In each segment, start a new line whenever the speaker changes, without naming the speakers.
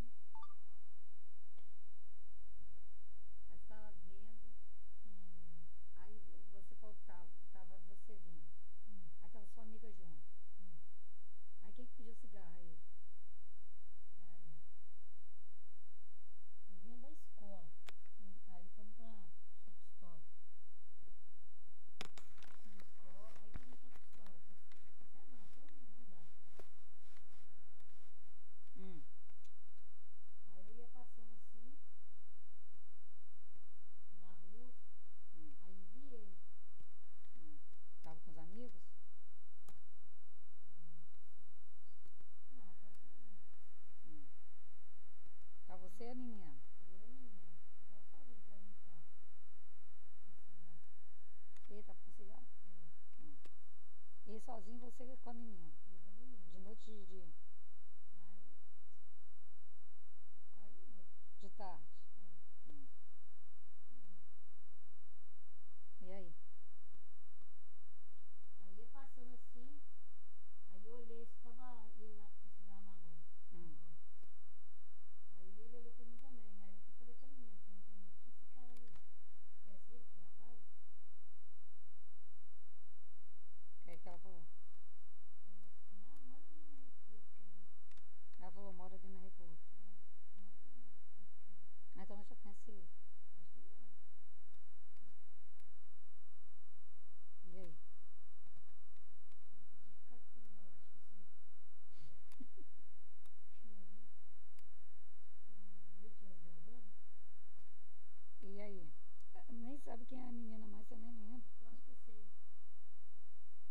Hum. Hum. Hum.
é,
você com a menina? De noite e de dia? De tarde? Hum. E aí?
Aí ia passando assim, aí eu olhei se tava ele lá com o cigarro na mão.
Hum.
Aí ele olhou pra mim também. Aí eu falei pra menina, perguntei pra menina, que esse cara ali? Parece ele que rapaz?
O que é que ela falou?
Ele disse assim, ah, mora ali na República. ali.
Ela falou, mora ali na República.
Mora ali na República.
Ah, Então eu já conheci ele.
Acho que não.
E aí?
Tinha ficado com ele, eu acho que sim. Tinha ali. Hum, eu tinha gravando.
E aí? Ah, Nem sabe quem é a menina, mas eu nem lembro.
Eu acho que eu sei.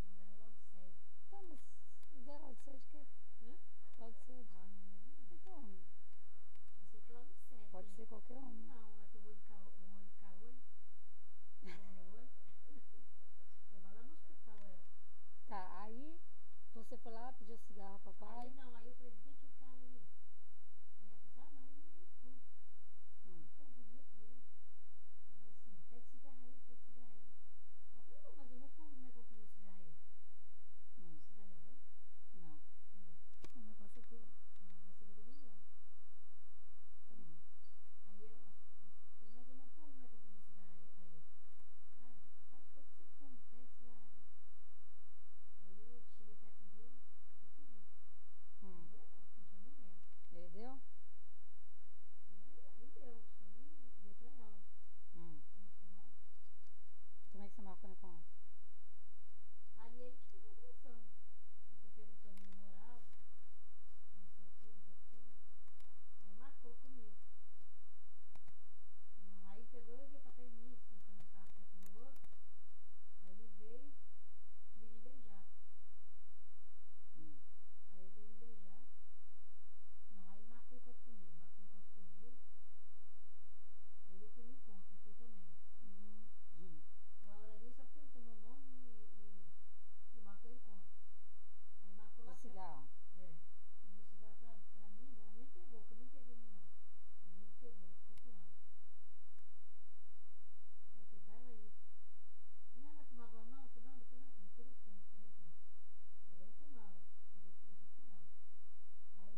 Não era logo seis.
Tá, mas deu lá de sede que
Hã?
Pode ser.
Ah, não lembro
Então,
não. Eu sei que ela não serve.
pode ser qualquer uma.
Não, é que eu vou de caô, eu vou de caolho. Pegou no olho. Tava lá no hospital, é. ela.
Tá, aí você foi lá, pediu cigarro ao
Aí
papai.
não, aí eu falei, vem aqui, cara ali. Aí ela disse, ah, mas ele não é tudo.
Hum.
Pô, bonito ele. Ela falou assim, pega cigarro aí, pega cigarro aí. Ela falou, não, mas eu vou fumar, como é que eu vou comer o cigarro aí?
Hum,
Você tá gravando?
não. Hum. O negócio aqui, ó.
Não, mas você também
Tá
grava.
bom.
Aí ela, mas eu não fumo, como é que eu fumo cigarro? Aí eu, ah, faz coisa que você fuma, pega cigarro. Aí eu cheguei perto dele e pedi. Não
Hum.
então, é não. né,
é
é assim, um
Hum.
É. é né, assim, "Ah, é assim, um né? um, um um assim, é?" "Ah, é,
Hum.
assim, "Tá, então, "Ah, é "Ah,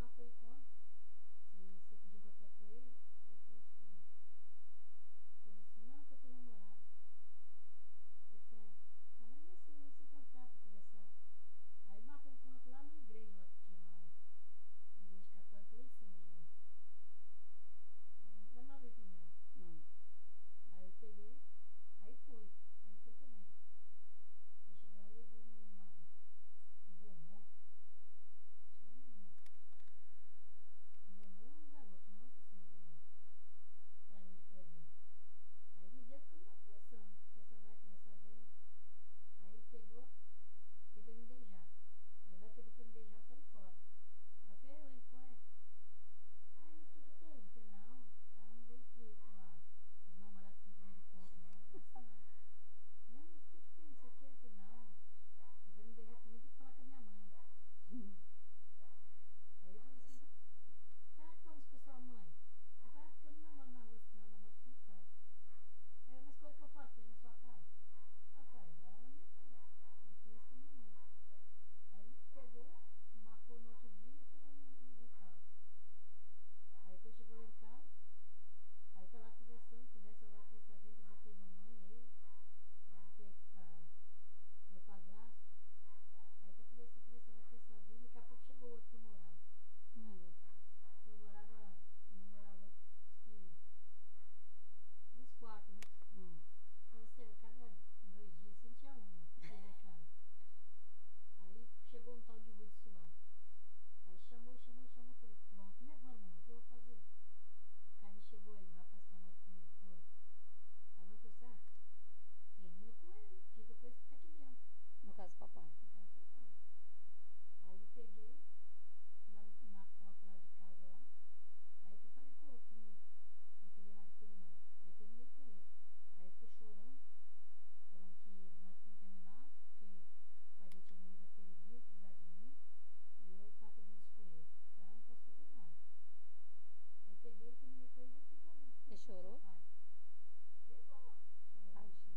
Hum. Hum. Hum?
tá é tá né? "Ah, assim, assim?" "Então é.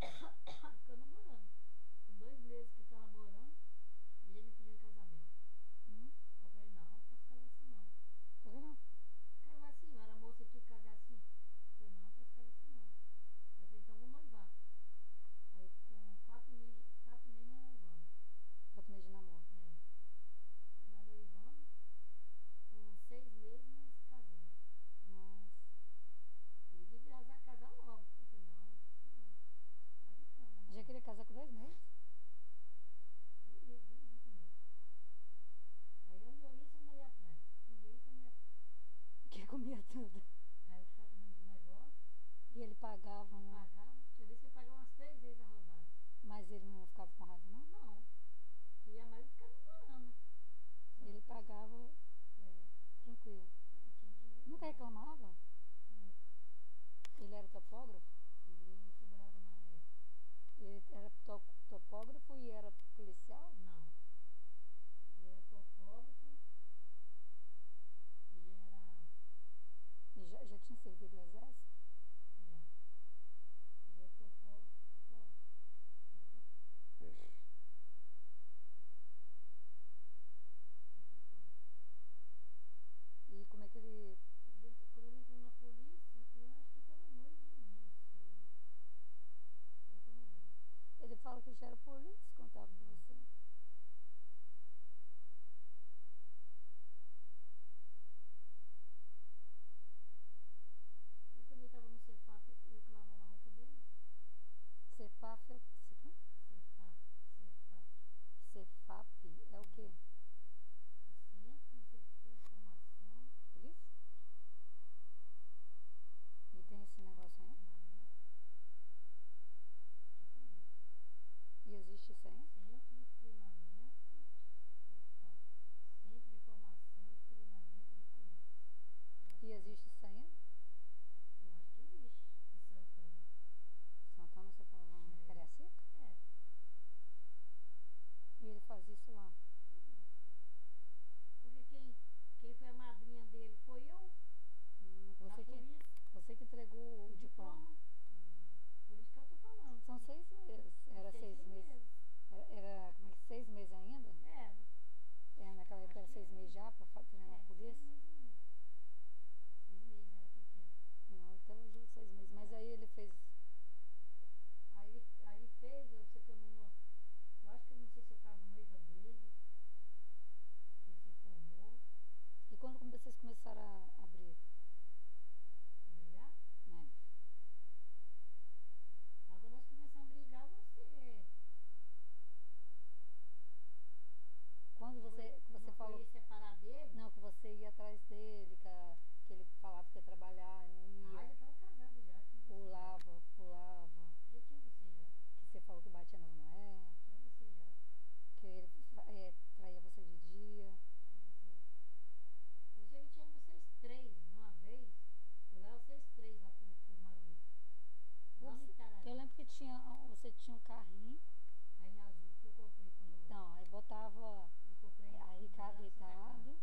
tudo.
Aí eu ficava fazendo um negócio,
E ele pagava, né?
pagava. Tinha vez que eu pagava umas três vezes a rodada.
mas ele não ficava com raiva, não.
Não. E a maioria ficava morando.
Ele pagava tranquilo. Nunca reclamava? Ele era topógrafo? Ele era to- topógrafo e era policial? E já, já tinha servido o exército? E como é que ele. Ele fala que já era polícia, contava pra você. Cefap é o Cefap? Cefap é o quê? Polícia? E tem esse negócio aí? E existe isso aí? E existe isso aí? Santana, você falou lá né? em
É.
Cariacica? E ele faz isso lá. Você que, você que entregou o Um diploma.
Hum. Por isso que eu tô falando.
São seis meses. Era seis, meses. Era, era, como é que seis meses ainda?
É,
É, naquela época era
Acho que
seis
é.
meses já pra fa- treinar a polícia. Não, até hoje é seis meses. Mas aí ele fez.
Aí, aí fez, eu sei que eu não. Eu acho que eu não sei se eu tava noiva dele, que se formou,
E quando come- vocês começaram a abrir?
brigar.
Né?
Agora nós começamos a brigar, você.
Quando você, que você
não
falou.
Foi separar dele?
Não, que você ia atrás dele, que, a- que ele falava que ia trabalhar, não
Ah,
ia.
já tava casado já. tinha você já.
Pulava, pulava.
Já tinha você já.
Que você falou que batia nas mulheres,
Tinha você já.
que ele fa- é, traía você de dia.
Eu sei que tinha vocês três, uma vez. Eu levava vocês três lá pro, pro Maruí. Lá no
Você-
Itararé,
Eu lembro que tinha, você tinha um carrinho,
aí em Azul, que eu comprei quando eu
então, aí botava
comprei. um
é, aí Ricardo
quando eu era supermercado.
deitado,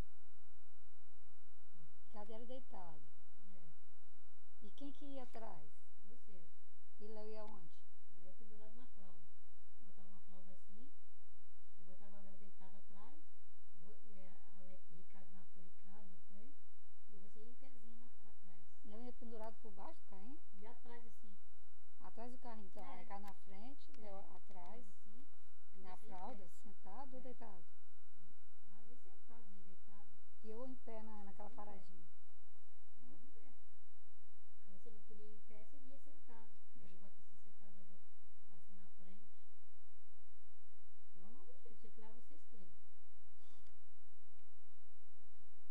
cadeira deitado.
É,
E quem que ia atrás?
você.
Ele ia onde?
Eu ia pendurado na fralda. Eu botava uma fralda assim, eu botava ela deitada atrás, vo- é, a Le- Ricardo na frente, Ricardo na frente, e você ia em pezinho na- atrás.
Ele ia pendurado por baixo do carrinho?
E atrás assim,
Atrás do carrinho, então,
É.
era cá na frente, Léo atrás,
assim, e
na
você em pé.
fralda, sentado ou
É.
deitado?
Às vezes sentado, meio deitado.
E eu em pé na, naquela
Em pé.
paradinha.
Mas não é. Quando você não queria ir em pé, você ia sentado. Ele bota você sentada no- assim na frente. Eu não gostei, você criava vocês três.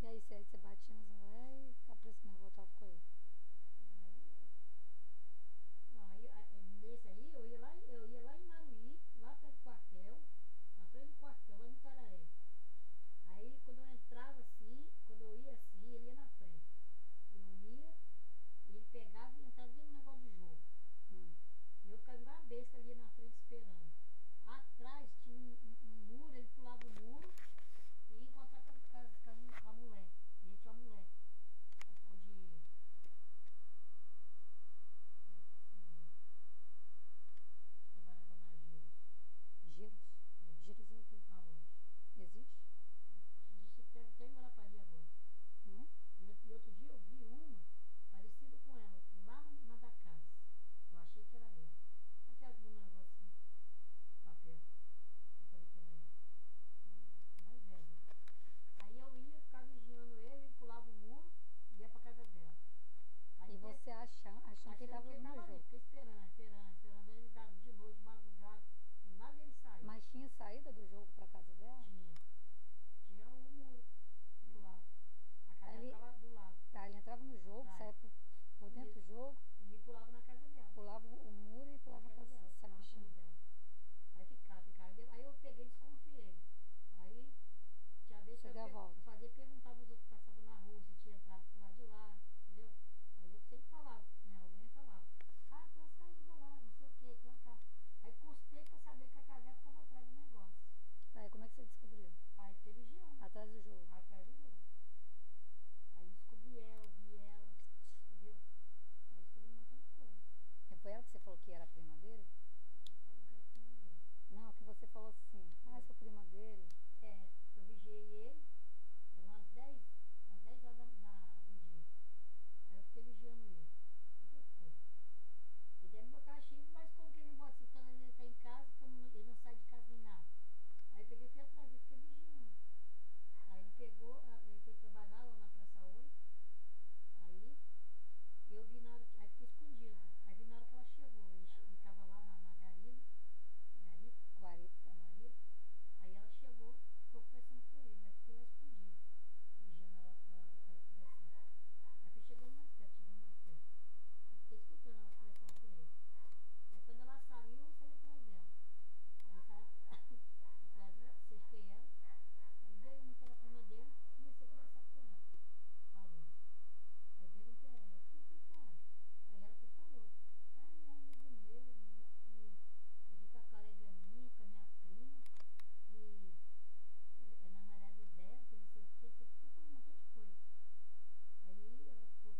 E aí você, aí você batia nas mulheres e Capricho não voltava com ele.
Não, aí, a- é, nesse aí, eu ia lá, eu ia lá em Maruí, lá perto do quartel, na frente do quartel, lá no Itararé. Aí quando eu entrava assim, quando eu ia assim, ele ia na frente. Eu ia, ele pegava e entrava dentro do negócio de jogo.
Hum.
E eu ficava igual uma besta ali na frente esperando. Atrás tinha um, um- um muro, ele pulava o muro e ia encontrar com, a- com a- com a mulher. E ele tinha uma mulher. Tal de.
Giros? Giros
Trabalhava na Gil,
é o quê?
na loja.
Existe?
Existe até, até em Guarapari agora.
Hum?
E, outro- e outro dia eu vi uma parecida com ela, lá no- na da casa. Eu achei que era ela. Aquela do negócio de papel. Eu falei que era ela. Mais velha. Aí eu ia ficar vigiando ele, ele pulava o muro e ia pra casa dela. Aí
E
de-
você achando, achando que ele tava no
ali,
jogo.
fica esperando, esperando, esperando. Aí Ele dava de noite, de madrugada, e nada dele sair.
Mas tinha saída do jogo pra casa dela?
Tinha. Tinha o muro do lado. A casa
Aí ele-
ficava do lado.
Tá, ele entrava no jogo,
eu
dá a
per-
volta.
fazia perguntar os outros que passavam na rua se tinha entrado pro lado de lá, entendeu? Aí os outros sempre falavam, né? Alguém falava, ah, tem uma saída lá, não sei o que, tem uma casa. Aí custei pra saber que a casa estava atrás do negócio.
Tá, e como é que você descobriu?
Aí fiquei vigiando.
Atrás do jogo.
Aí pega o jogo. Aí descobri ela, vi ela, entendeu? Aí descobri um montão de coisa.
E foi ela que você falou que era prima dele?
Falou que era primo dele.
Não, que você falou assim, ah, eu sou prima dele.
É, eu vigiei ele, eram umas 10, umas 10 horas da, da- do dia. Aí eu fiquei vigiando ele. O que foi? Ele deve botar chifre, mas como que ele bota se toda vez ele tá em casa, que eu não- ele não sai de casa nem nada. Aí eu peguei e fui atrás dele, fiquei vigiando. Aí ele pegou, a- ele foi trabalhar lá na Praça 8. Aí eu vi na hora, que- aí fiquei escondido. Aí vi na hora que ela chegou, ele, che- ele tava lá na, na garida, garita,
Guarita.
marido. Aí ela chegou, ficou conversando com ele, né? Porque ela escondia. Vigiando ela, ela, ela conversando. Aí fui chegando mais perto, chegando mais perto. Aí fiquei escutando ela conversando com ele. Aí quando ela saiu, eu saí atrás dela. Aí tá atrás dela, cerquei ela. Aí dei uma que era prima dele, comecei a conversar com ela. Falou. Aí perguntei a ela, o que que é? Aí ela que falou. Ah, ele é amigo meu, e ele tá colega minha, com a minha prima e é namorado dela, que não sei o que, você ficou falando um montão de coisa. Aí ela falou que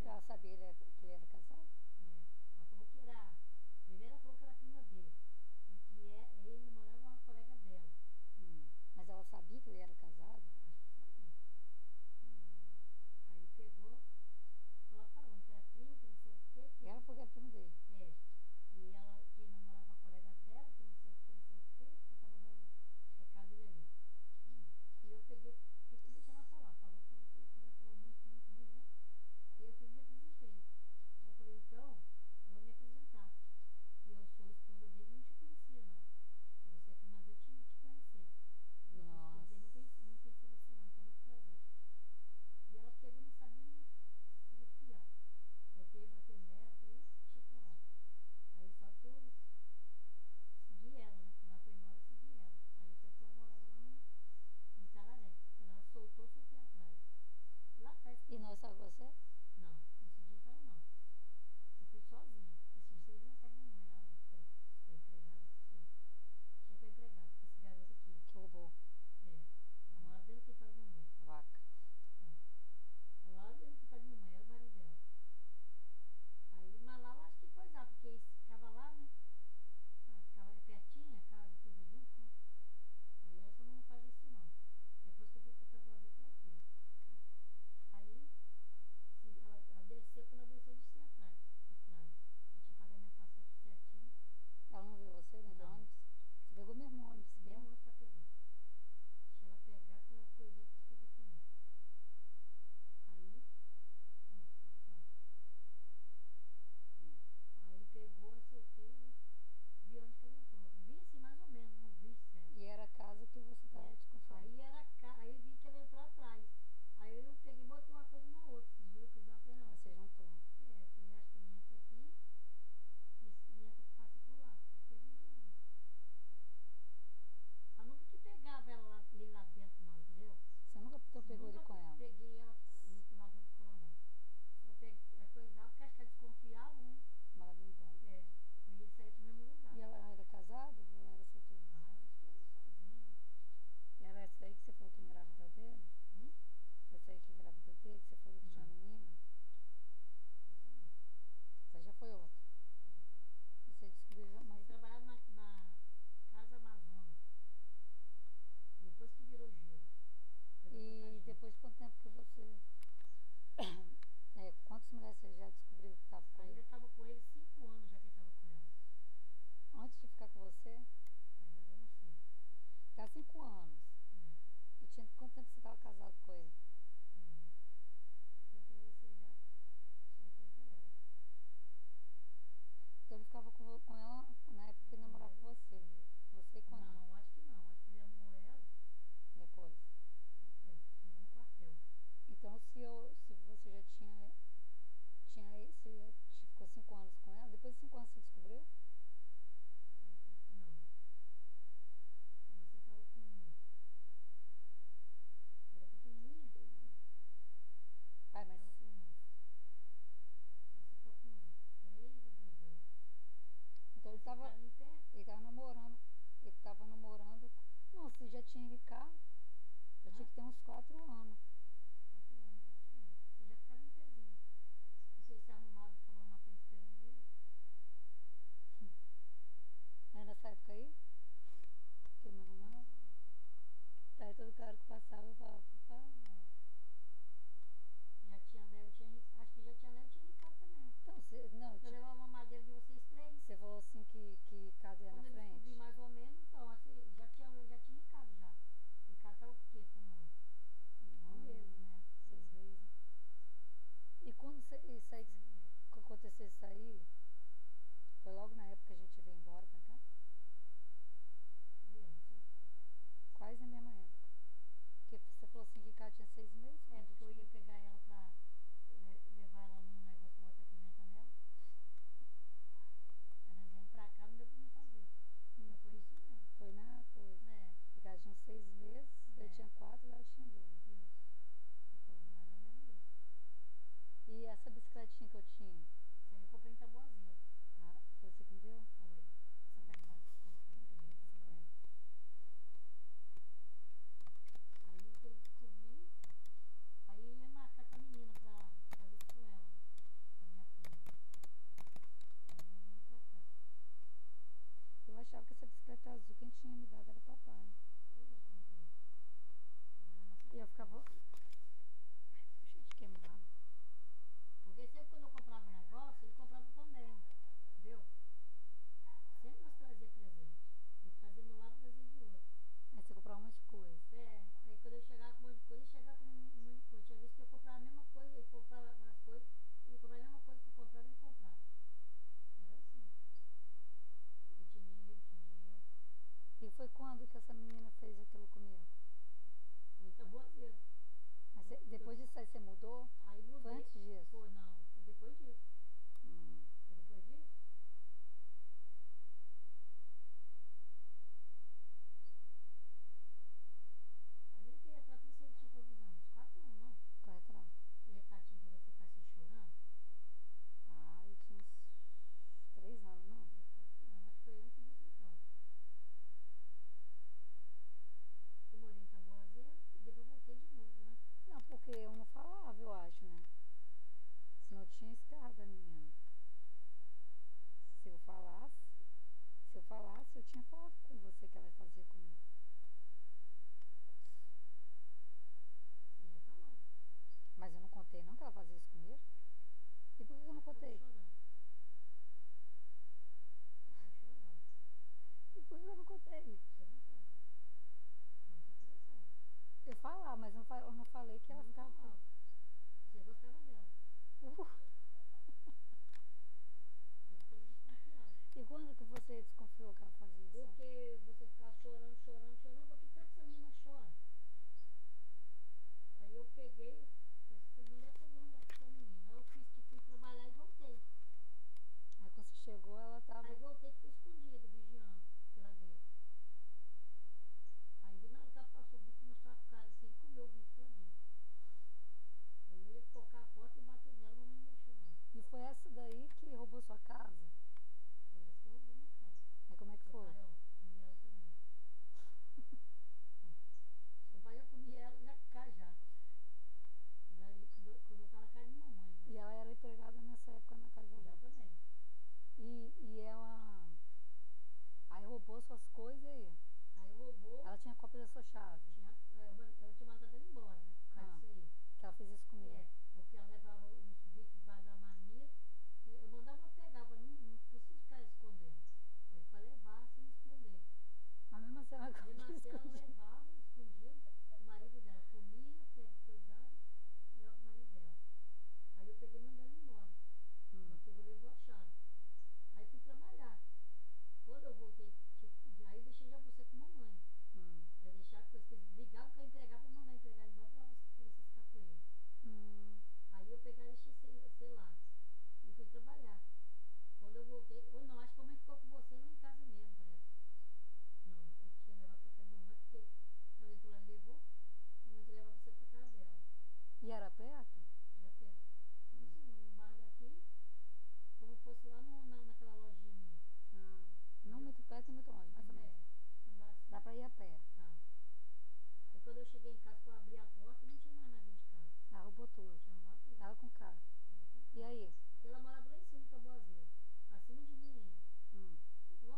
era,
Ela sabia ele era- que ele era casado?
né, ela falou que era, primeiro ela falou que era prima dele, e que é, ele namorava uma colega dela.
Hum. Mas ela sabia que ele era casado?
Aí pegou, ficou lá falando que era primo, que não sei o que, que
Ela falou que era primo dele.
é, que ela que namorava uma colega dela, que não sei o que, não sei o que, que tava dando recado dele ali. E eu peguei, fiquei deixando ela falar, falou, falou, falou, falou, falou muito, muito, muito, né? E eu fui e me apresentei. Eu falei, então, eu vou me apresentar. Que eu sou esposa dele, não te conhecia, não. Você é a prima vez te, te conhecer. Eu sou esposa dele, não conheci, não conheci você, não, então muito prazer. E ela pegou, não sabia me, me fiar. Botei, bateu nela, falei, deixa pra lá. Aí só que eu segui ela, né? Quando ela foi embora, eu segui ela. Aí foi que ela morava lá no, no Itararé. Quando ela soltou, eu soltei atrás. Lá atrás que
E não é sabe você?
não, nesse dia eu tava não. Eu fui sozinha. Esse dia eu não tava com mãe, ela foi, foi empregada. Tinha foi empregada, porque esse garoto aqui,
Que roubou
é, namorava dentro que faz mamãe.
a vaca.
Ela dentro que faz mamãe, era o marido dela. Aí, mas lá eu acho que coisava, porque eles ficava lá, né? Ah, Ficava pertinho a casa, tudo junto, né? Aí essa não faz isso não. Depois que eu fui pro Tabuazê que ela fez. Aí se- ela, ela desceu, quando ela desceu, eu desci atrás. atrás. Eu tinha pago a minha passagem certinho.
Ela não viu você dentro do
Não.
ônibus? Você pegou mesmo o ônibus que
Mesmo
ela?
antes ela pegou. é Se ela pegar, quando ela coisou, que coisa que não. Aí. Aí pegou, acertei, né? vi onde que ela entrou. Vi sim, mais ou menos, não vi certo.
E era a casa que você tava
É,
te confiando.
Aí era ca- aí vi que ela entrou atrás. Aí eu peguei e botei uma coisa na outra. Viu? Que uma coisa na outra.
Você juntou.
É, eu falei, acho que ele entra aqui e e entra que passa por lá. Fiquei vigiando. Mas nunca que pegava ela lá, ele lá dentro, não, entendeu?
Você nunca então, pegou ele
Nunca
com ela?
Peguei ela e lá dentro com ela, não. Só peguei a coisa, porque acho que ela desconfiava, né?
Mas ela veio embora.
É, eu ia sair pro mesmo lugar.
E ela era casada ou ela era solteira?
Ah, eu acho que eu sozinha.
E era essa daí que você falou que engravidou dele?
Hum?
Essa aí que engravidou dele, que você falou que tinha
Não.
menina? Essa já foi outra. E Você descobriu já,
Ele
mas
trabalhava na, na Casa Amazônia. Depois que virou gelo. Foi
E depois
pra Cartagena.
de quanto tempo que você. É, quantas mulheres você já descobriu que estava com
Ainda
ele?
estava com ele cinco anos já que ele estava com ela.
Antes de ficar com você,
Mas eu não sei.
tá cinco anos.
Hum.
E tinha quanto tempo você estava casado com ele?
Hum. Eu falei, você já tinha tempo dela.
Então ele ficava com, vo- com ela na época que ele namorava com você. Você com ela
Não, acho que não. Acho que ele amou ela
depois.
é, no quartel.
Então se eu. Se você já tinha. Tinha. Você ficou cinco anos com ela, depois de cinco anos você descobriu?
Não. Você estava com. Era pequenininho.
Ah, então
É.
estava namorando. Não, você já tinha enricado. Já
Hã?
tinha que ter uns quatro anos.
Você já ficava em pezinho. Você se arrumava e ficava lá na frente esperando ele.
Né, nessa época aí, que eu me arrumava. Aí todo cara que passava eu falava, "Ah,
Já tinha Léo, tinha Ricardo. Acho que já tinha Léo, tinha Ricardo também.
então, você, não,
Eu
ti-
levava uma madeira de vocês três.
você falou assim que, que cada era
Quando
na
eu descobri
frente.
mais ou menos, então, assim, já tinha, já tinha Ricardo já. Ricardo tava com o quê? Com um, um
Um,
mês, né?
seis meses. E quando cê- isso aí, que aconteceu isso aí, foi logo na época que a gente veio embora pra cá? Quase na mesma época. Porque você falou assim que Ricardo tinha seis meses.
É,
quando
porque
tinha-
eu ia pegar ela pra le- levar ela num negócio pra botar pimenta nela. Aí nós viemos pra cá, não deu pra me fazer. Não foi isso mesmo,
Foi na coisa.
né?
Ricardo tinha uns seis meses,
É.
eu tinha quatro e ela tinha dois.
Isso, mais ou menos isso.
E essa bicicletinha que eu tinha,
Isso aí eu comprei em Taboazinho,
ah, foi você que me deu?
foi. Santa Casa. É. Aí que eu descobri, aí eu ia marcar com a menina pra fazer isso com ela, com a minha filha. Aí nós viemos pra cá.
Eu achava que essa bicicleta azul quem tinha me dado era papai.
Eu já comprei. Ela era
E
nossa
eu ficava. Ai, puxa, de queimado.
Porque sempre quando eu comprava um negócio, ele comprava também. Entendeu? Sempre nós trazia presente. Ele trazia no lado, trazia de outro.
Aí você comprava um monte de coisa.
É, aí quando eu chegava com um monte de coisa, ele chegava com um monte de coisa. Tinha vezes que eu comprava a mesma coisa, ele comprava as coisas, ele comprava a mesma coisa que eu comprava, ele comprava. Era assim. Eu tinha dinheiro, tinha dinheiro.
E foi quando que essa menina fez aquilo comigo?
Foi tabuazeiro.
Aí você- depois disso aí você mudou?
Aí
Foi
mudei.
antes disso?
Foi, não. Foi depois disso.
Hum.
Foi depois disso? Olha que retrato você tinha quantos anos? Quatro anos, não?
Corre atrás.
Que retratinho que você tá se chorando?
Ah, eu tinha uns três anos, não?
Eu falei assim, Não, mas foi antes disso então. Eu morei em Taboazeiro e depois eu voltei de novo, né?
Não, porque eu não falava, eu acho, né? Senão tinha escada, menina. Se eu falasse, se eu falasse, eu tinha falado com você que ela ia fazer comigo.
Você já falou.
Mas eu não contei não que ela fazia isso comigo. E por que eu não
Você
contei?
tava chorando.
E
Você tava chorando.
por que eu não contei?
Você não falou. Mas você conversava.
Eu falava, mas eu não, fa- eu não falei que ela
Não
ficava.
falava. Você gostava dela.
Uh,
Eu fiquei desconfiada.
e quando que você desconfiou que ela fazia isso?
Porque você ficava chorando, chorando, chorando, porque tanto essa menina chora. Aí eu peguei, falei, não dá pra não dar essa menina. Aí eu fiz que fui trabalhar e voltei.
Aí quando você chegou, ela tava.
Aí voltei e fiquei escondido, vigiando pela greta. Aí na hora que ela passou o bico, começou a ficar assim, comeu o bico todinho. Aí eu ia tocar a porta e bater nela, mamãe não deixou não.
E foi essa daí que roubou sua casa?
Foi essa que eu roubou minha casa.
Aí como é que
Seu
foi?
pai, ó, comia ela também. Seu pai já comia ela já cá já. Daí, quando, quando eu tava na casa de mamãe, né?
E ela era empregada nessa época na casa da
Já
vovó.
também.
E, e ela. Aí roubou suas coisas e aí.
Aí roubou,
Ela tinha cópia da sua chave.
tinha, eu, man- eu tinha mandado ele embora, né? Por causa
Ah.
disso aí.
Que ela fez isso
É,
comigo.
porque ela levava os bicos debaixo da marmita. e Eu mandava pegar, eu falava, não, não precisa ficar escondendo. Foi pra levar, assim, escondendo.
assim Hum. Hum, hum. Tá.
assim assim, "Ah, Então, assim, É, um assim, tá. um é
Hum, Ah. então É,
Hum, Então,
é,
né? é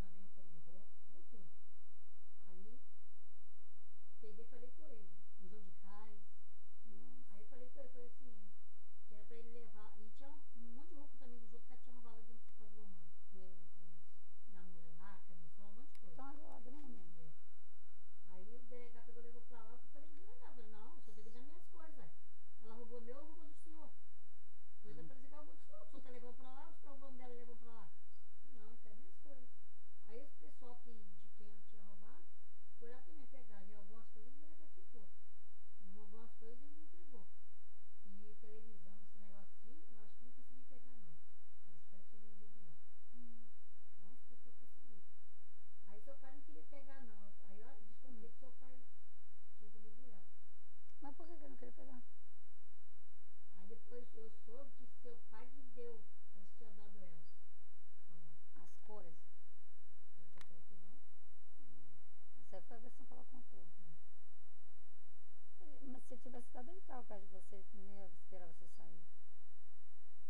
Hum. Hum. então,
né? assim, um né? um assim, um um
Então, né,
é tá é
Cadê ele estava perto de você? Nem ia esperar você sair.
um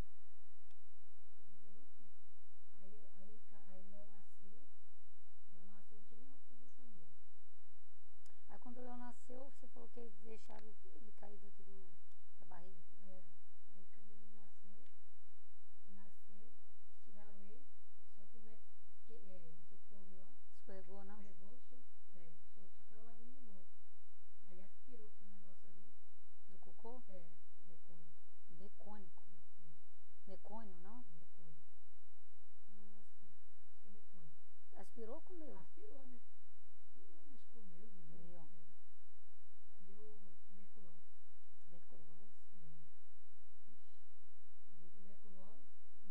Aí, eu- aí, ca- aí Léo nasceu. Léo nasceu, não tinha nenhuma produção dele.
Aí quando o Leão nasceu, você falou que eles deixaram ele cair dentro do- da barriga.
É, aí quando ele nasceu, nasceu, tiraram ele, só que o médico, que, é, não sei o que houve lá,
Escorregou, não?
pegou, sol- Tá é, soltou, caiu lá dentro de novo. Aí aspirou aquele negócio ali,
Do cocô?
é, decônico,
Becônico. Mecônio, não?
decônico,
Nossa.
acho que é decônico.
Aspirou ou comeu?
Aspirou, né? Aspirou, mas comeu de novo.
Aí, ó.
né? Deu tuberculose.
Tuberculose.
Deu tuberculose. Mas disseram que ele pegou num berçário. Né?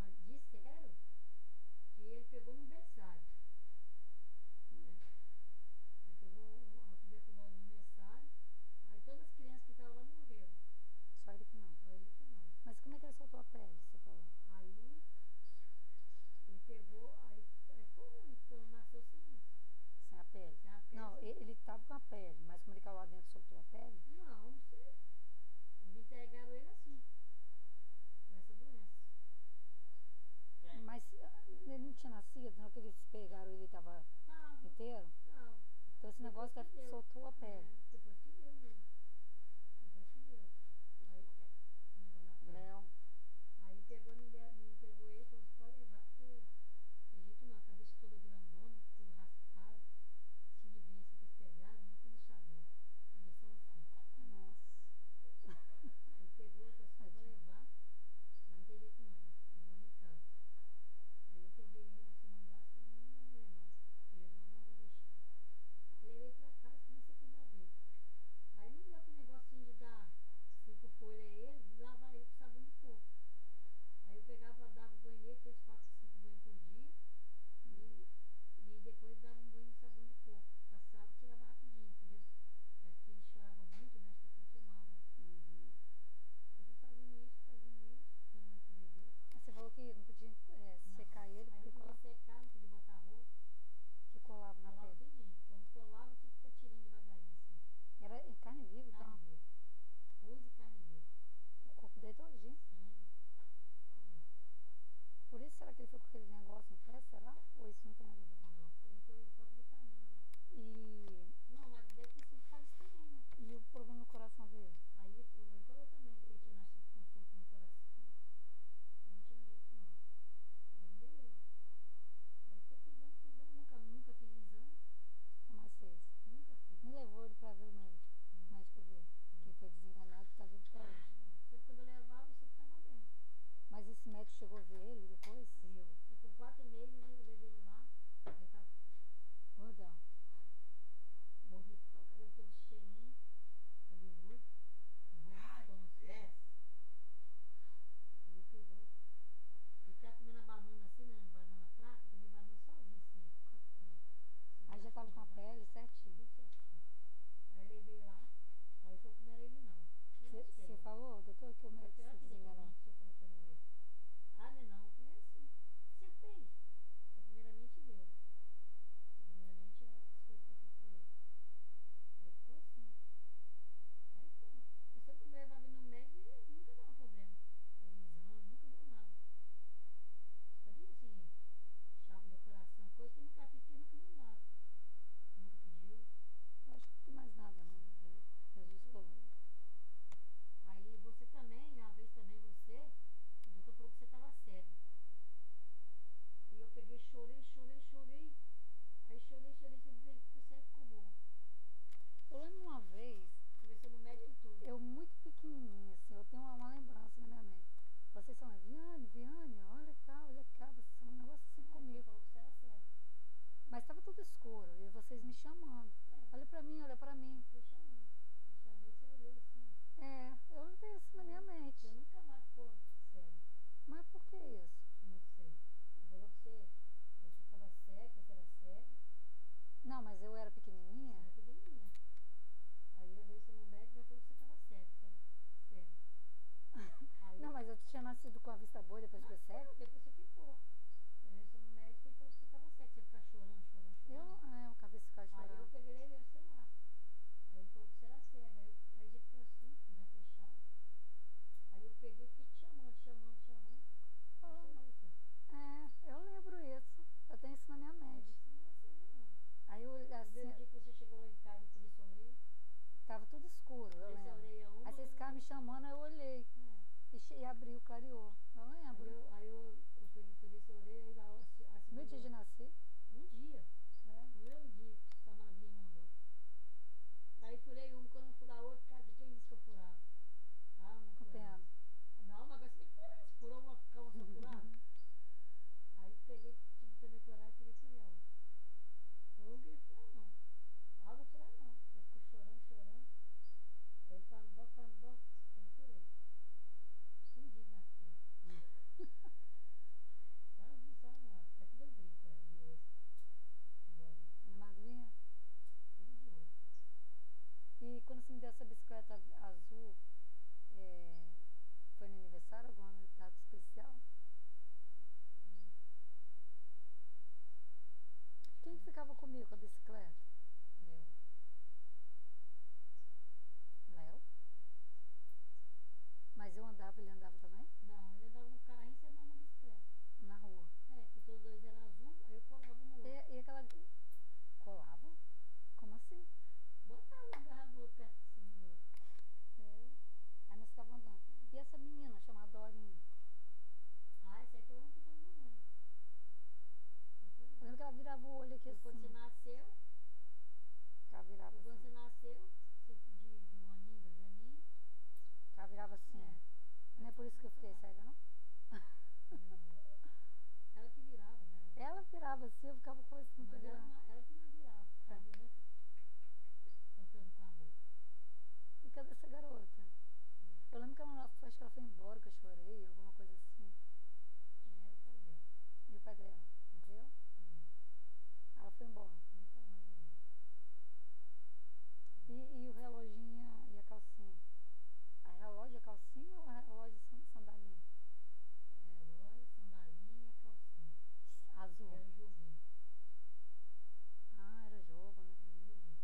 Aí pegou a tuberculose no berçário. Aí todas as crianças que estavam lá morreram.
Só ele que não.
Só ele que não.
Mas como é que ele soltou a pele? Você falou.
Aí ele pegou, aí, é aí ficou ruim, ficou, nasceu sem isso.
Sem a pele.
Sem a pele,
Não,
sem
e- ele tava com a pele, mas como ele caiu lá dentro soltou a pele?
Não, não sei. Me entregaram ele assim. Com essa doença.
Mas ah, ele não tinha nascido, não que eles pegaram ele tava
Tava,
inteiro?
tava.
Então esse negócio deve que soltou a
É,
pele.
depois que deu mesmo. Depois que deu. Aí, negócio na pele.
Léo,
Aí pegou, me, der, me entregou ele e falou, você pode levar, porque tem jeito não, a cabeça toda grandona, tudo raspada, assim de bem, assim, pegado, nunca deixava. Cabeça assim.
nossa.
Aí pegou, eu falei assim, vou levar, mas não tem jeito não, eu vou em casa. Aí eu peguei ele assim no braço, eu não não é não, Jesus não vai deixar. Levei pra casa e comecei a cuidar dele. Aí não deu aquele negocinho de dar cinco folhas a ele e lavar ele com sabão de coco. Aí eu pegava, dava um banho nele, três, quatro, cinco banhos por dia, e, e depois dava um banho de sabão de coco. Passava e tirava rapidinho, entendeu? Porque ele chorava muito, né? Acho que ele queimava.
Uhum.
Eu fui fazendo isso, fazendo isso, minha mãe perdeu.
Você falou que não podia é, secar ele
Aí
porque
não podia
cola-
secar, não podia botar roupa,
que colava na
colava
pele.
tudinho. Quando colava, tinha que estar tirando devagarinho, assim.
Era em carne viva,
Carne
então
viva. Pus e carne viva.
o corpo dele todinho.
Sangue.
Por isso será que ele foi com aquele negócio no pé, será? Ou isso não tem nada a ver?
Não, ele foi falta de vitamina, né?
E,
Não, mas deve ter sido por causa disso também, né?
e o problema no coração dele?
Aí ele falou ele falou também que ele tinha nascido com um soco no coração. Não tinha jeito, não. Aí deu ele. Aí eu fiquei cuidando, cuidando. Nunca, nunca fiz exame,
Como mais fez?
nunca fiz.
Nem levou ele pra ver o médico. O médico ver. Que foi desenganado e tá vivo até hoje.
Sempre quando eu levava, eu sempre estava bem.
Mas esse médico chegou a ver ele depois?
Viu? E com quatro meses né, eu levei ele lá, aí tá
Gordão.
bonito, tá o cabelo todo cheinho, cabeludo,
Ah,
bonito,
é?
Ele pegou. Ele tá comendo a banana assim, né? Banana prata, eu comi banana sozinho, assim.
Aí já tava com a pele certinho.
Tudo certinho. Aí eu levei lá, aí foi que não era ele não. Eu não sei.
Você falou, doutor, é que o
Mas
médico
será
se
que ele
desenganou?
realmente só falou que eu não vejo? Ah, não, é não. Eu falei, é sim. O que você fez? Eu, primeiramente deu. Primeiramente é, foi o que eu fiz pra ele. Aí ficou assim. Aí foi. Eu sempre quando eu levava ele no médico, ele nunca dava problema. Fazia exame, nunca deu nada. Sabia assim, chave do coração, coisa que eu nunca fiz, porque ele nunca mandava. Nunca pediu.
Eu acho que não tem mais nada, não. Jesus falou.
Aí você também, uma vez também você, o doutor falou que você estava cego. Aí eu peguei, chorei, chorei, chorei. Aí chorei, chorei, chorei, o cego ficou bom.
Eu lembro uma vez,
Conversou no médico e tudo.
eu muito pequenininha, assim, eu tenho uma, uma lembrança na minha mente. Vocês são, Viane, Viane, olha cá, olha cá, vocês são um negócio assim
Ele
comigo.
falou que você era cego.
Mas estava tudo escuro, e vocês me chamando.
É,
Olha pra mim, olha pra mim.
eu chamei. Eu chamei, você olhou assim. ó.
É, eu tenho isso na minha mente.
Você nunca mais ficou cego.
Mas por que isso?
Não sei. Ele falou que você, você estava cego, você era cego.
Não, mas eu era
Ela é
pequenininha.
pequenininha. Aí eu vejo no médico e falou que você tava cego, cego. Aí
Não, mas eu tinha nascido com a vista boa depois que é? eu
Não,
cego.
depois você ficou. Eu vejo no médico e falou que você tava cego, você ficar chorando, chorando,
Eu,
chorando.
é, o cabeça ficava
Aí eu
chorando.
peguei e levei o celular. Aí ele falou que você era cego. Aí, eu- aí a gente ficou assim, né? que
É, assim, chamando, eu olhei. E, che- e abriu, clareou. Eu não
Aí
lembro.
Ah, eu, aí eu, eu fui no polícia, orei, aí lá, assim, assim,
Meu dia de nascer.
um dia.
né?
No meu dia, essa maminha mandou. Aí furei uma, quando eu furar outra, cara, de quem disse que eu furava? Ah, eu não furei.
Compreendo.
Não, mas agora você tem que furar. Se furou uma, calma,
Uhum.
só furava. Aí peguei, tive que também furar e peguei e furei a outra. Eu não queria furar, não. Ah, vou furar, não. Aí ficou chorando, chorando. Aí falando, bom, falando, bom. Aí eu furei. Um dia nasceu.
Uhum.
Só, só uma. Aí que deu um brinco, é, de ouro. De bolinha.
Minha madrinha.
Tudo de ouro.
E quando você me deu essa bicicleta azul, é, foi no aniversário, alguma data especial? Quem que ficava comigo com a bicicleta?
Léo.
Léo. Mas eu andava, ele andava também?
Não, ele andava no carrinho e você andava na bicicleta.
Na rua.
É, que todos dois eram azul, aí eu colava no outro.
E, e aquela. Colava? Como assim?
Botava um agarrado do outro perto assim do outro.
É. Aí nós ficava andando. E essa menina chamada Dorinha?
Ah, isso aí foi um que foi da mamãe. Não foi
Eu
não.
lembro que ela virava o olho aqui
Porque Quando você
assim.
nasceu,
que Ela virava
quando você
assim.
nasceu, você de, de um aninho, dois aninhos.
que Ela virava assim.
É.
Não é por isso que eu fiquei cega, não?
Não. Ela que virava, né?
Ela virava assim, eu ficava com esse muito
Mas ela,
grande.
ma- ela que mais virava, ficava virando, cantando com a boca.
E cadê essa garota? Eu lembro que ela, não- acho que ela foi embora, que eu chorei, alguma coisa assim.
Quem era o pai dela?
E o pai dela, entendeu? Ela foi embora.
Nunca mais eu vi.
E, e o reloginho e a calcinha? A relógio, a calcinha ou a relógio e san- sandalinha?
É, olha, sandalinha e a calcinha.
Azul.
Era o joguinho.
Ah, era jogo, né?
Eu não vi. Eu Acho que era da Xuxa. se não me engano.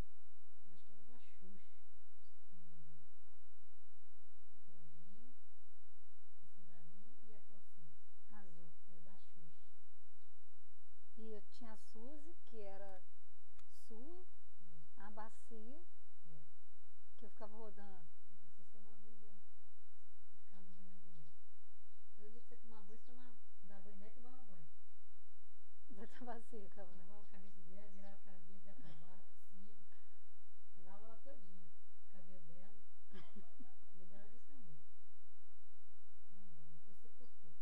Bolinho, sandalinha e a calcinha.
Azul.
Era da Xuxa.
E eu tinha a Suzy, que era sua,
É.
a bacia, que eu ficava rodando.
Vocês tomavam banho dela. Ficava dando banho na boneca. Eu disse pra você tomar banho, você tomava. Dá banho nela e tomava banho.
Da bacia, eu ficava, né?
Lavava a cabeça dela, virava a cabeça dela pra baixo, assim. Lavava ela todinha. O cabelo dela. O cabelo dela desse tamanho. Não, não, depois você cortou.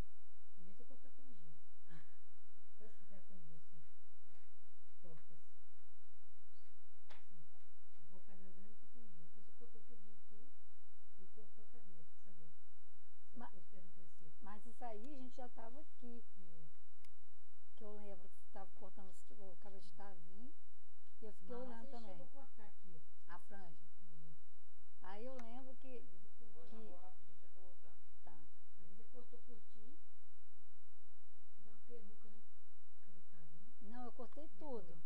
Primeiro você cortou a franjinha. Depois você pega a franjinha assim. Torta assim. Assim. Ficou o cabelo grande com a franjinha. Depois você cortou tudinho aqui e cortou a cabeça. Cadê? Você
Ma-
ficou esperando crescer.
Mas isso aí a gente já tava aqui.
É.
que eu lembro que estava cortando os- o cabelo de Tavinho e eu fiquei
Mas
olhando
você
também
chegou a cortar aqui, ó.
a franja. Aí eu lembro que.
Às vezes cortou.
Vou na rua rapidinho, já tô voltando.
Tá.
Às vezes cortou curtinho, dá uma peruca, né? Cabeçadinho.
Não, eu cortei
Depois.
tudo.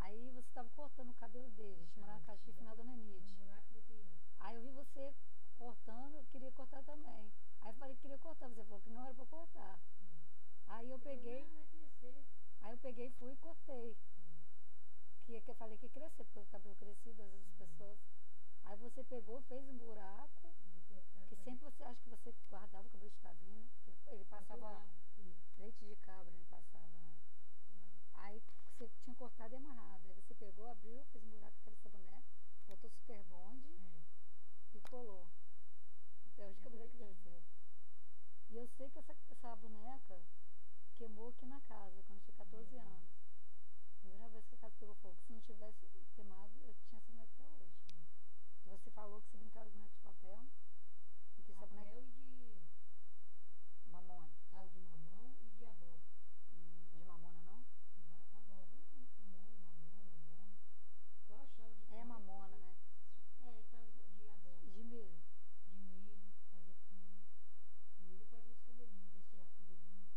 Aí você estava cortando o cabelo dele. A gente morava na caixa de final da
Um
Nenite.
buraco do pirão.
Aí eu vi você cortando, eu queria cortar também. Aí eu falei que queria cortar, você falou que não era pra cortar. Aí eu peguei,
Não, é vai crescer.
aí eu peguei, fui e cortei. Que, que eu falei que ia crescer, porque o cabelo crescido às vezes as pessoas. Aí você pegou, fez um buraco.
Botei a cara
Que
pra-
sempre você acha que você guardava o cabelo de Tavinho, né? Que ele- ele passava
Adorava aquilo.
leite de cabra, ele passava. né? Aí você tinha cortado e amarrado. Aí você pegou, abriu, fez um buraco com aquele sabonete, botou super bonde
É.
e colou. Até hoje o cabelo que cresceu. E eu sei que essa, essa boneca queimou aqui na casa, quando eu tinha 14
Meu Deus.
anos. Primeira vez que a casa pegou fogo. Se não tivesse queimado, eu tinha essa boneca até hoje. E você falou que você brincava de boneca de papel. E que essa boneca. é
Papel e de-
Mamona.
caldo de mamão e de abóbora.
Hum, de mamona, não? É
Ba- abóbora, né? Mamão, mamão,
né?
mamona. Que eu achava de
É
caldo-
mamona, né?
É, e caldo de abóbora.
De milho.
de milho, fazia tudo. O milho fazia os cabelinhos, eles tiravam o cabelinho.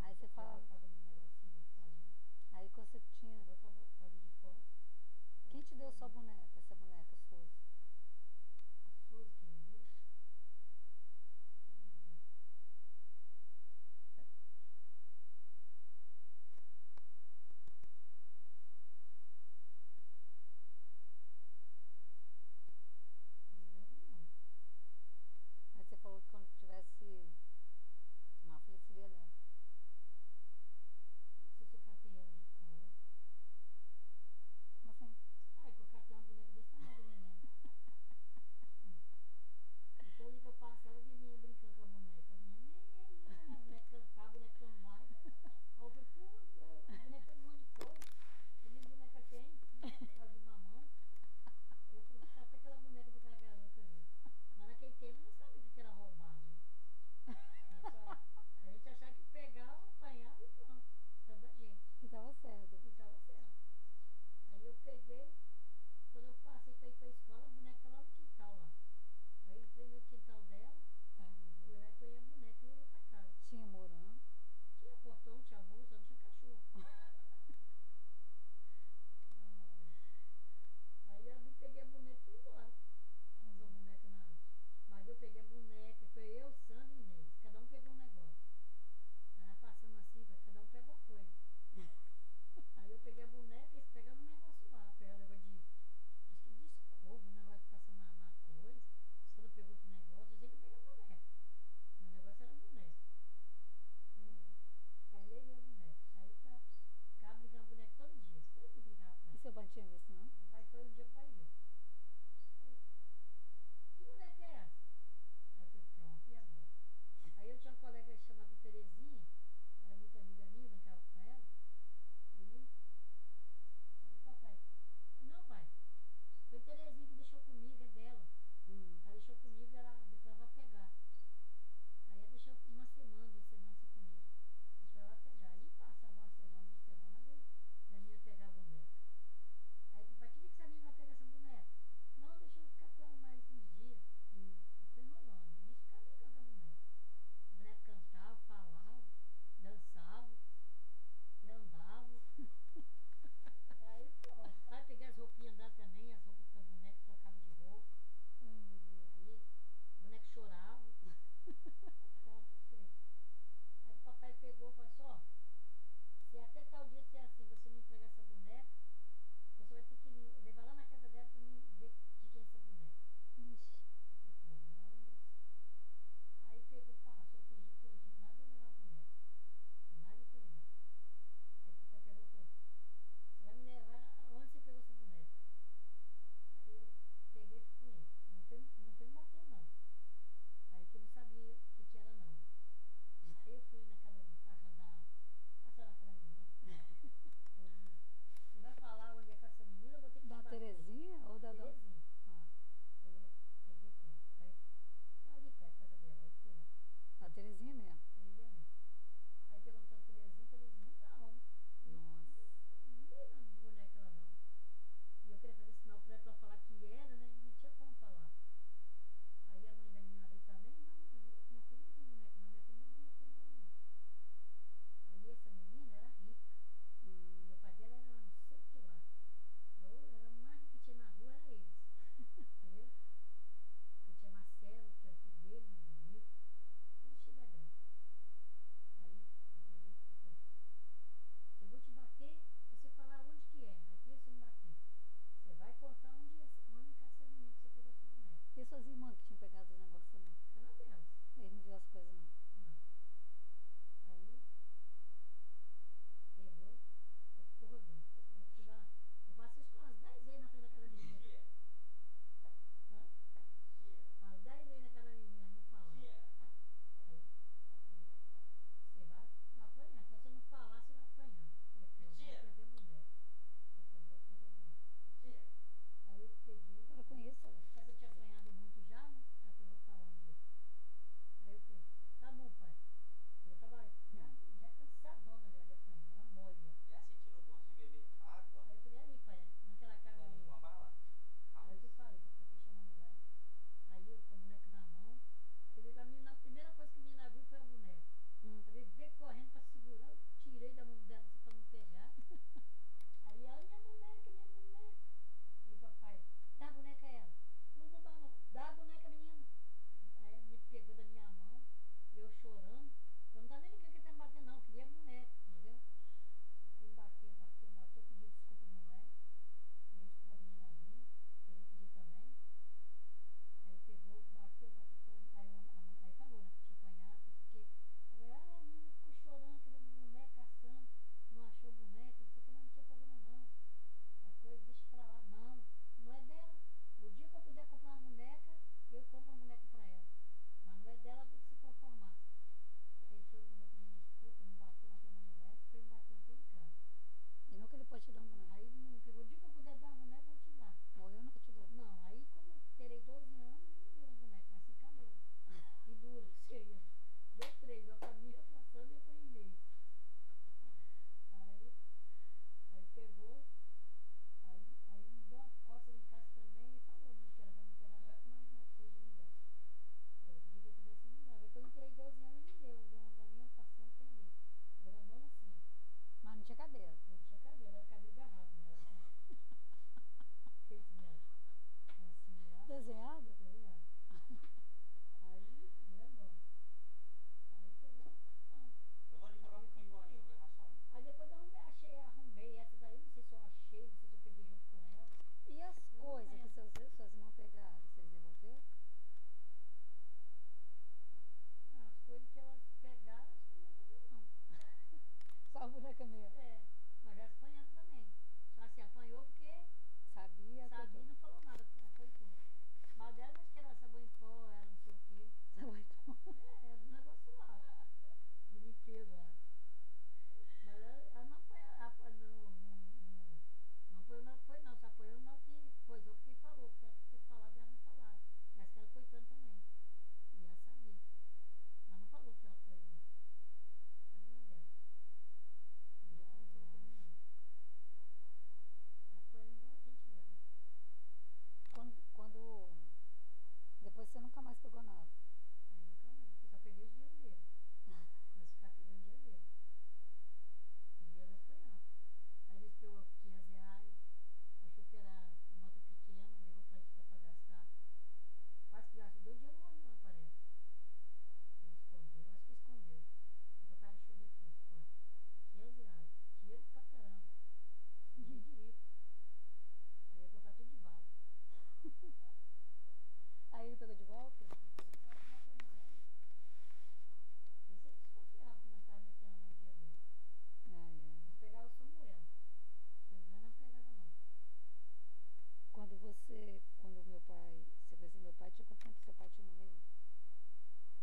Aí você fala-
botava- Botava no um negocinho, fazia.
Aí quando você tinha.
Botava, fazia de fora.
Quem te assim?
é é Então, é, um né, Tá Então, assim, um assim, um um é é Hum. assim, é tá é tá né? Hum. né, é é, Então, né? um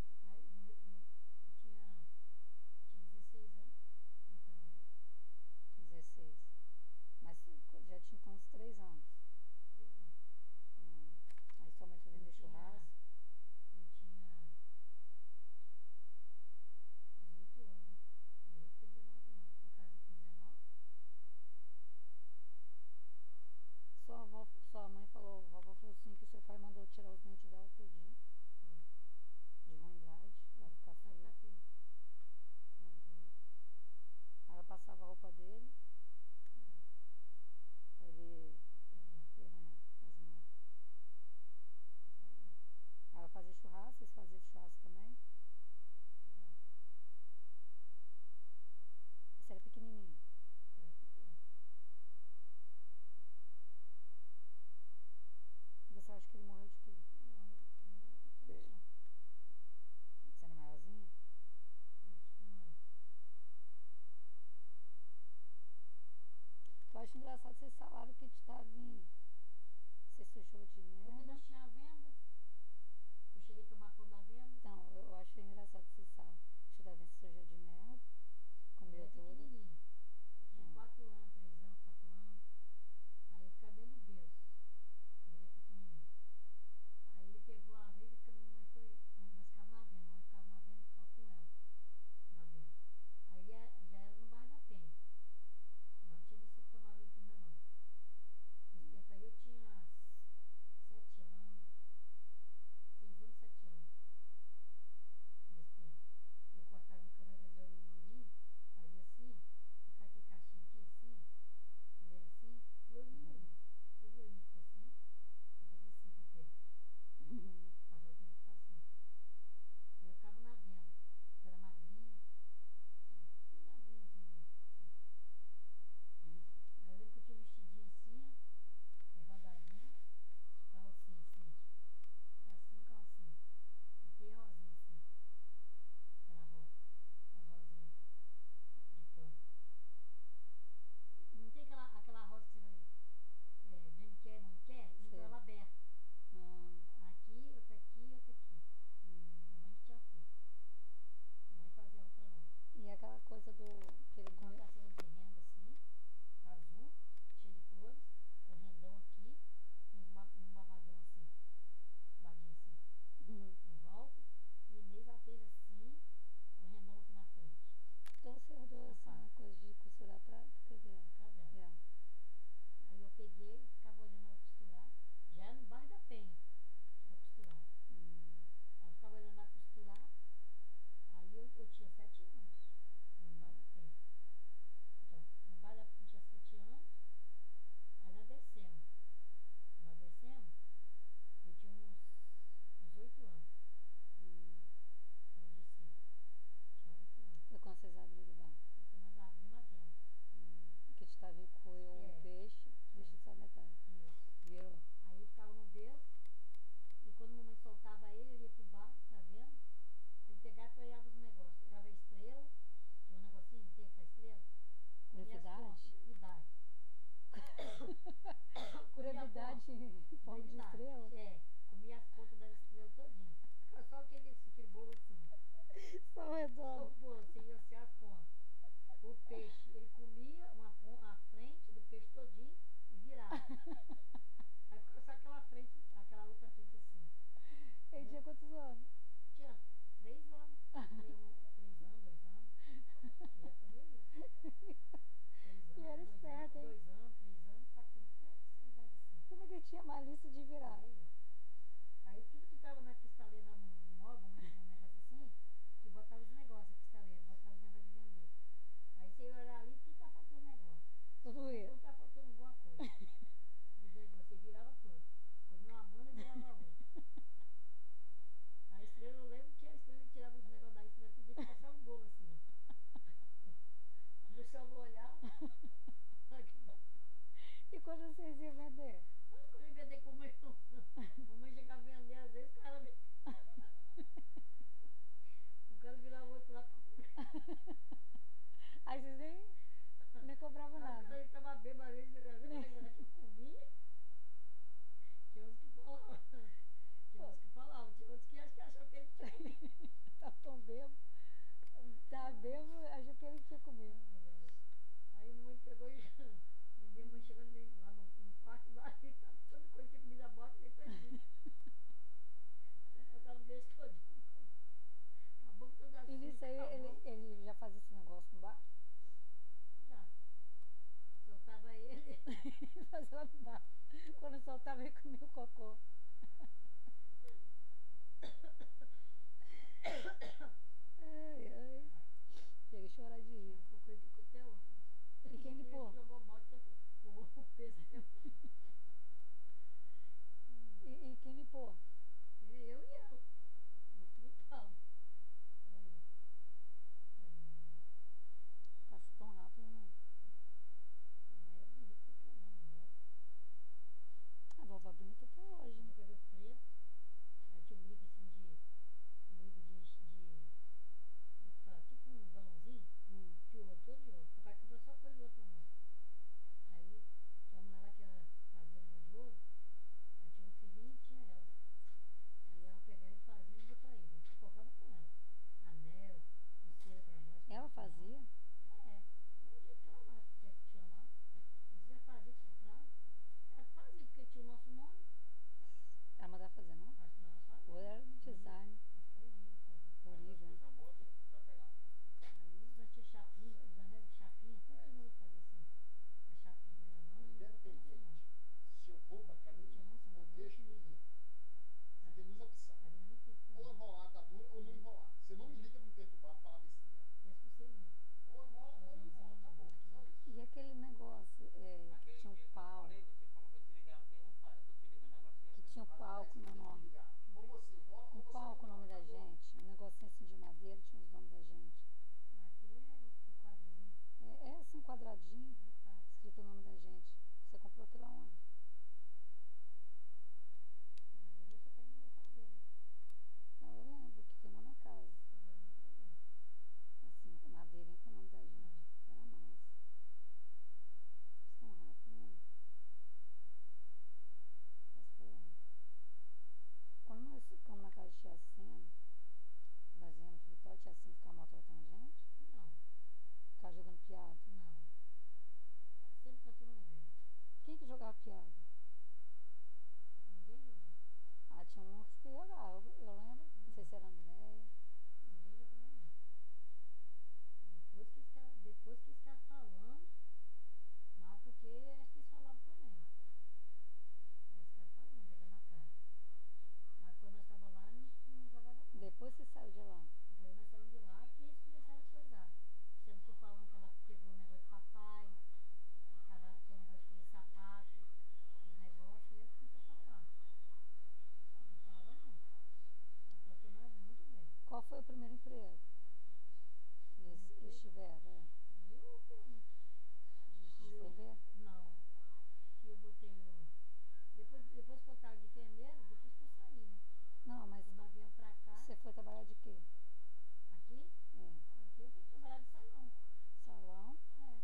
Hum. um
"Tá assim, né, assim, assim. né, É, É, Uhum. é.
assim, então assim, engraçado, vocês falaram que te tava em. Você sujou de
Porque
merda.
nós tinha a venda. Eu cheguei a tomar conta da venda.
Então, eu achei engraçado vocês falam. Te tava em sujou de merda. Comeu
Era
tudo.
É pequenininho.
Hum.
Tinha 4 anos, 3 anos, 4 anos. Aí eu ficava dentro do berço. Ele era pequenininho. Aí ele pegou a vez e cada mamãe foi. Nós ficava na venda. Mamãe ficava na venda e ficava com ela. Na venda. Aí é- já era no bairro da Penha. Não tinha decidido tomar leite ainda não. Nesse tempo aí eu tinha 7 anos. 6 anos, 7 anos. Nesse tempo. Eu cortava o cabeleireiro do Murim, fazia assim, com aquele cachinho aqui assim, ele era assim, e eu olhei ali, eu olhei aqui assim, eu fazia assim com o pé, mas eu tenho que ficar assim. Aí eu ficava na venda, eu era magrinha, assim, magrinha assim mesmo. Assim. Aí eu lembro que eu tinha um vestidinho assim, é rodadinho, calcinha assim, era assim, calcinha, bem rosinha assim, era rosa as rosinhas de pano. Não tem aquela, aquela rosa que você vai, é, vendo quer, não quer, e então
Sei.
ela aberta.
Ah,
Aqui, outra aqui, outra aqui.
hum.
Mamãe que tinha feito. Mamãe fazia ela pra nós.
E aquela coisa do. Que ele comeu.
Plantação de renda assim, azul, cheia de flores, com rendão aqui, e uns ba- um babadão assim, babadinho assim,
Hum.
em volta. E mês ela fez assim, com rendão aqui na frente.
Então você herdou essa
Rapaz.
coisa de costurar pra. Porque é- dela.
Cada ela.
dela.
Aí eu peguei e ficava olhando ela costurar, já era no bairro da Penha, ela costurava.
Hum.
Aí eu ficava olhando ela costurar, aí eu, eu tinha sete anos, no bairro da Penha. é. Então, no bairro da Penha eu tinha sete anos, aí nós descemos. Nós descemos, eu tinha uns, uns oito anos
Hum.
quando eu desci. Tinha oito anos.
Foi quando vocês abriram o bar.
Então nós abrimos a venda.
Que te tava em coelho ou
É.
peixe. Deixa só metade.
E eu,
Virou.
Aí ele ficava no berço. E quando mamãe soltava ele, ele ia pro bar, tá vendo? Ele pegava e pegava os negócios. Pegava a estrela, tinha um negocinho, não tem com a estrela? Comia as
Brevidade?
pontas, brevidade.
Brevidade em
Comia a ponta,
forma de
brevidade.
estrela.
É, comia as pontas das estrelas todinha. Ficava só aquele, aquele bolo assim.
Só
Só o
redondo.
bolo, você ia ser as pontas. O peixe, ele comia uma, pon- a frente do peixe todinho e virava. Aí ficava só aquela frente, aquela outra frente assim.
Ele tinha quantos anos?
Tinha três anos. Tinha um- três anos, dois anos. Eu já fazia isso. Três anos,
E era
dois
esperta,
anos,
hein?
dois anos, três anos, quatro anos. É, essa idade assim.
Como é que ele tinha malícia de virar?
Aí, ó. Aí tudo que tava na cristaleira, um móvel, um um negócio assim, que botava os negócios, a cristaleira, botava os negócios de vender. Aí você ia olhar ali, tudo tá faltando negócio.
Tudo
Então
isso.
tá faltando alguma coisa. Dizia que Você virava tudo. Comia uma banda e virava outra. A estrela, eu lembro que a estrela tirava os negócios da estrela tudo e ficava só um bolo assim. Eu só vou olhar. Quando
E quando vocês iam vender?
eu vender com mãe, mamãe chegava a vender, às vezes o cara. O cara virava o outro lá pra comer.
Aí vocês nem, nem cobravam
Ah,
nada.
Ele tava bêbado, às vezes, às vezes, eu falei, "Olha, que comia. Tinha uns que falavam. Tinha uns que falavam, tinha outros que acho que achavam que ele tinha comido.
Tava Tá tão bebo. Tava bebo, achou que ele tinha comido.
Aí a mamãe pegou e minha mãe chegou ali lá no, no quarto lá e tá toda coisa que comida bota nem todinho. Tava um beijo todinho. A boca toda
E nisso aí
a
ele,
boca-
ele já fazia esse negócio no bar?
Já. Soltava ele.
fazia lá no bar. Quando soltava ele comia o cocô. Ai, ai. Cheguei a chorar de rir.
Ficou coisa que até hoje.
E quem
Ele
limpou?
Jogou bote, o o peso até
E, e quem limpou?
Eu e ela. Nós que limpamos.
Passa tão rápido, né?
Não era bonito pra caramba, né?
A vovó bonita até hoje, né?
Tinha cabelo preto. Aí tinha um brinco assim de. Um brinco de. de como é que fala? Tipo um balãozinho
Hum.
de ouro, todo de ouro. Papai comprou só coisa de ouro pra nós. Aí um É,
um é um Um assim É, assim, Assim, né? assim, ficar maltratando a gente?
Não,
Ficar jogando piada?
não. Sempre que eu tenho um evento.
Quem que jogava piada?
Ninguém jogou.
Ah, tinha um que jogava, eu, eu lembro. Não sei se era Andréia.
Ninguém jogou mais nada. Depois que os caras depois que os caras falando, mas porque acho que eles falavam também. Aí os caras falando, né? jogando na cara. Aí quando nós estávamos lá, não, não jogava mais.
Depois você saiu de lá.
Daí nós saímos de lá porque eles começaram a coisar. Você ficou falando que ela pegou o negócio de papai, a cara, aquele negócio de sapato, os negócios, e eu comecei a falar. Não falava não. Ela tratou nós muito bem.
Qual foi o primeiro emprego? que Eles, que eles tiveram, é.
E eu, eu
De
Eu-
escrever?
Não. Eu botei o. Depois, depois que eu estava de enfermeira, depois que eu saí, né?
Não, mas
Quando nós viemos pra cá,
você foi trabalhar de quê?
aqui,
É,
aqui eu fui trabalhar de salão.
salão?
É.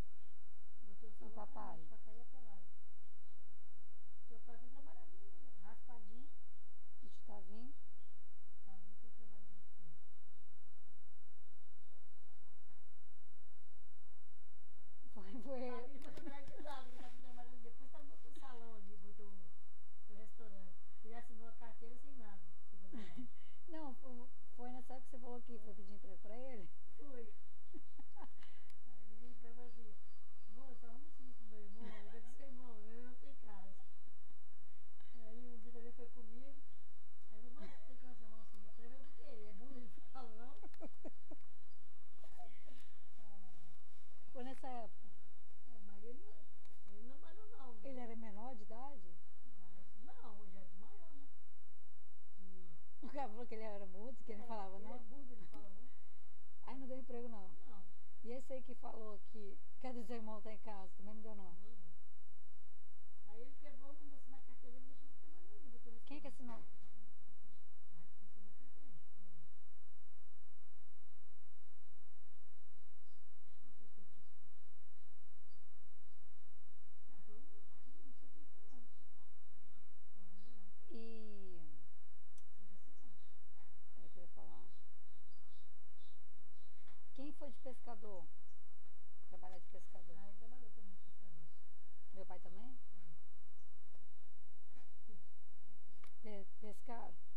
Botei o salão pra
papai?
mim, papai é coragem. Seu pai foi trabalhar de raspadinho,
E te tá vindo?
tá? Não fui trabalhar
É.
de tudo.
Foi, foi.
Ele foi trabalhar de lado, ele tava trabalhando depois, tá botou o salão ali, botou o, o restaurante. Ele assinou a carteira sem nada. se você não.
Não, fo- foi nessa época que você falou que foi pedir emprego pra ele?
Foi. Aí ele veio pra mim assim, moça, arruma esse disco pro meu irmão, né? eu quero seu irmão, eu não tenho casa. Aí um dia também foi comigo, aí eu falei, moça, você quer chamar o filho? Eu falei, mas por quê? Ele é burro, ele fala não?
Foi nessa época.
É, mas ele não, ele não malhou não. né?
Ele é- era menor de idade?
Mas, não, já desmaiou, né? Que-
O cara falou que ele era mudo, que ele não
é,
falava
Ele é
não.
burro, ele fala não.
Aí não deu emprego não.
Não,
E esse aí que falou que cadê seu irmão tá em casa? Também não deu não.
não. Aí ele pegou, mandou assinar a carteira dele, deixou de trabalhar ali, botou o
Quem é que assinou? E. Peraí É que eu ia falar. Quem foi de pescador? Trabalhar de pescador. Meu pai também? Pe pescaram? um. Hum.
né?
é
Um
né?
né? "É, É, É. Tá Então, né? tá
né?
assim. assim,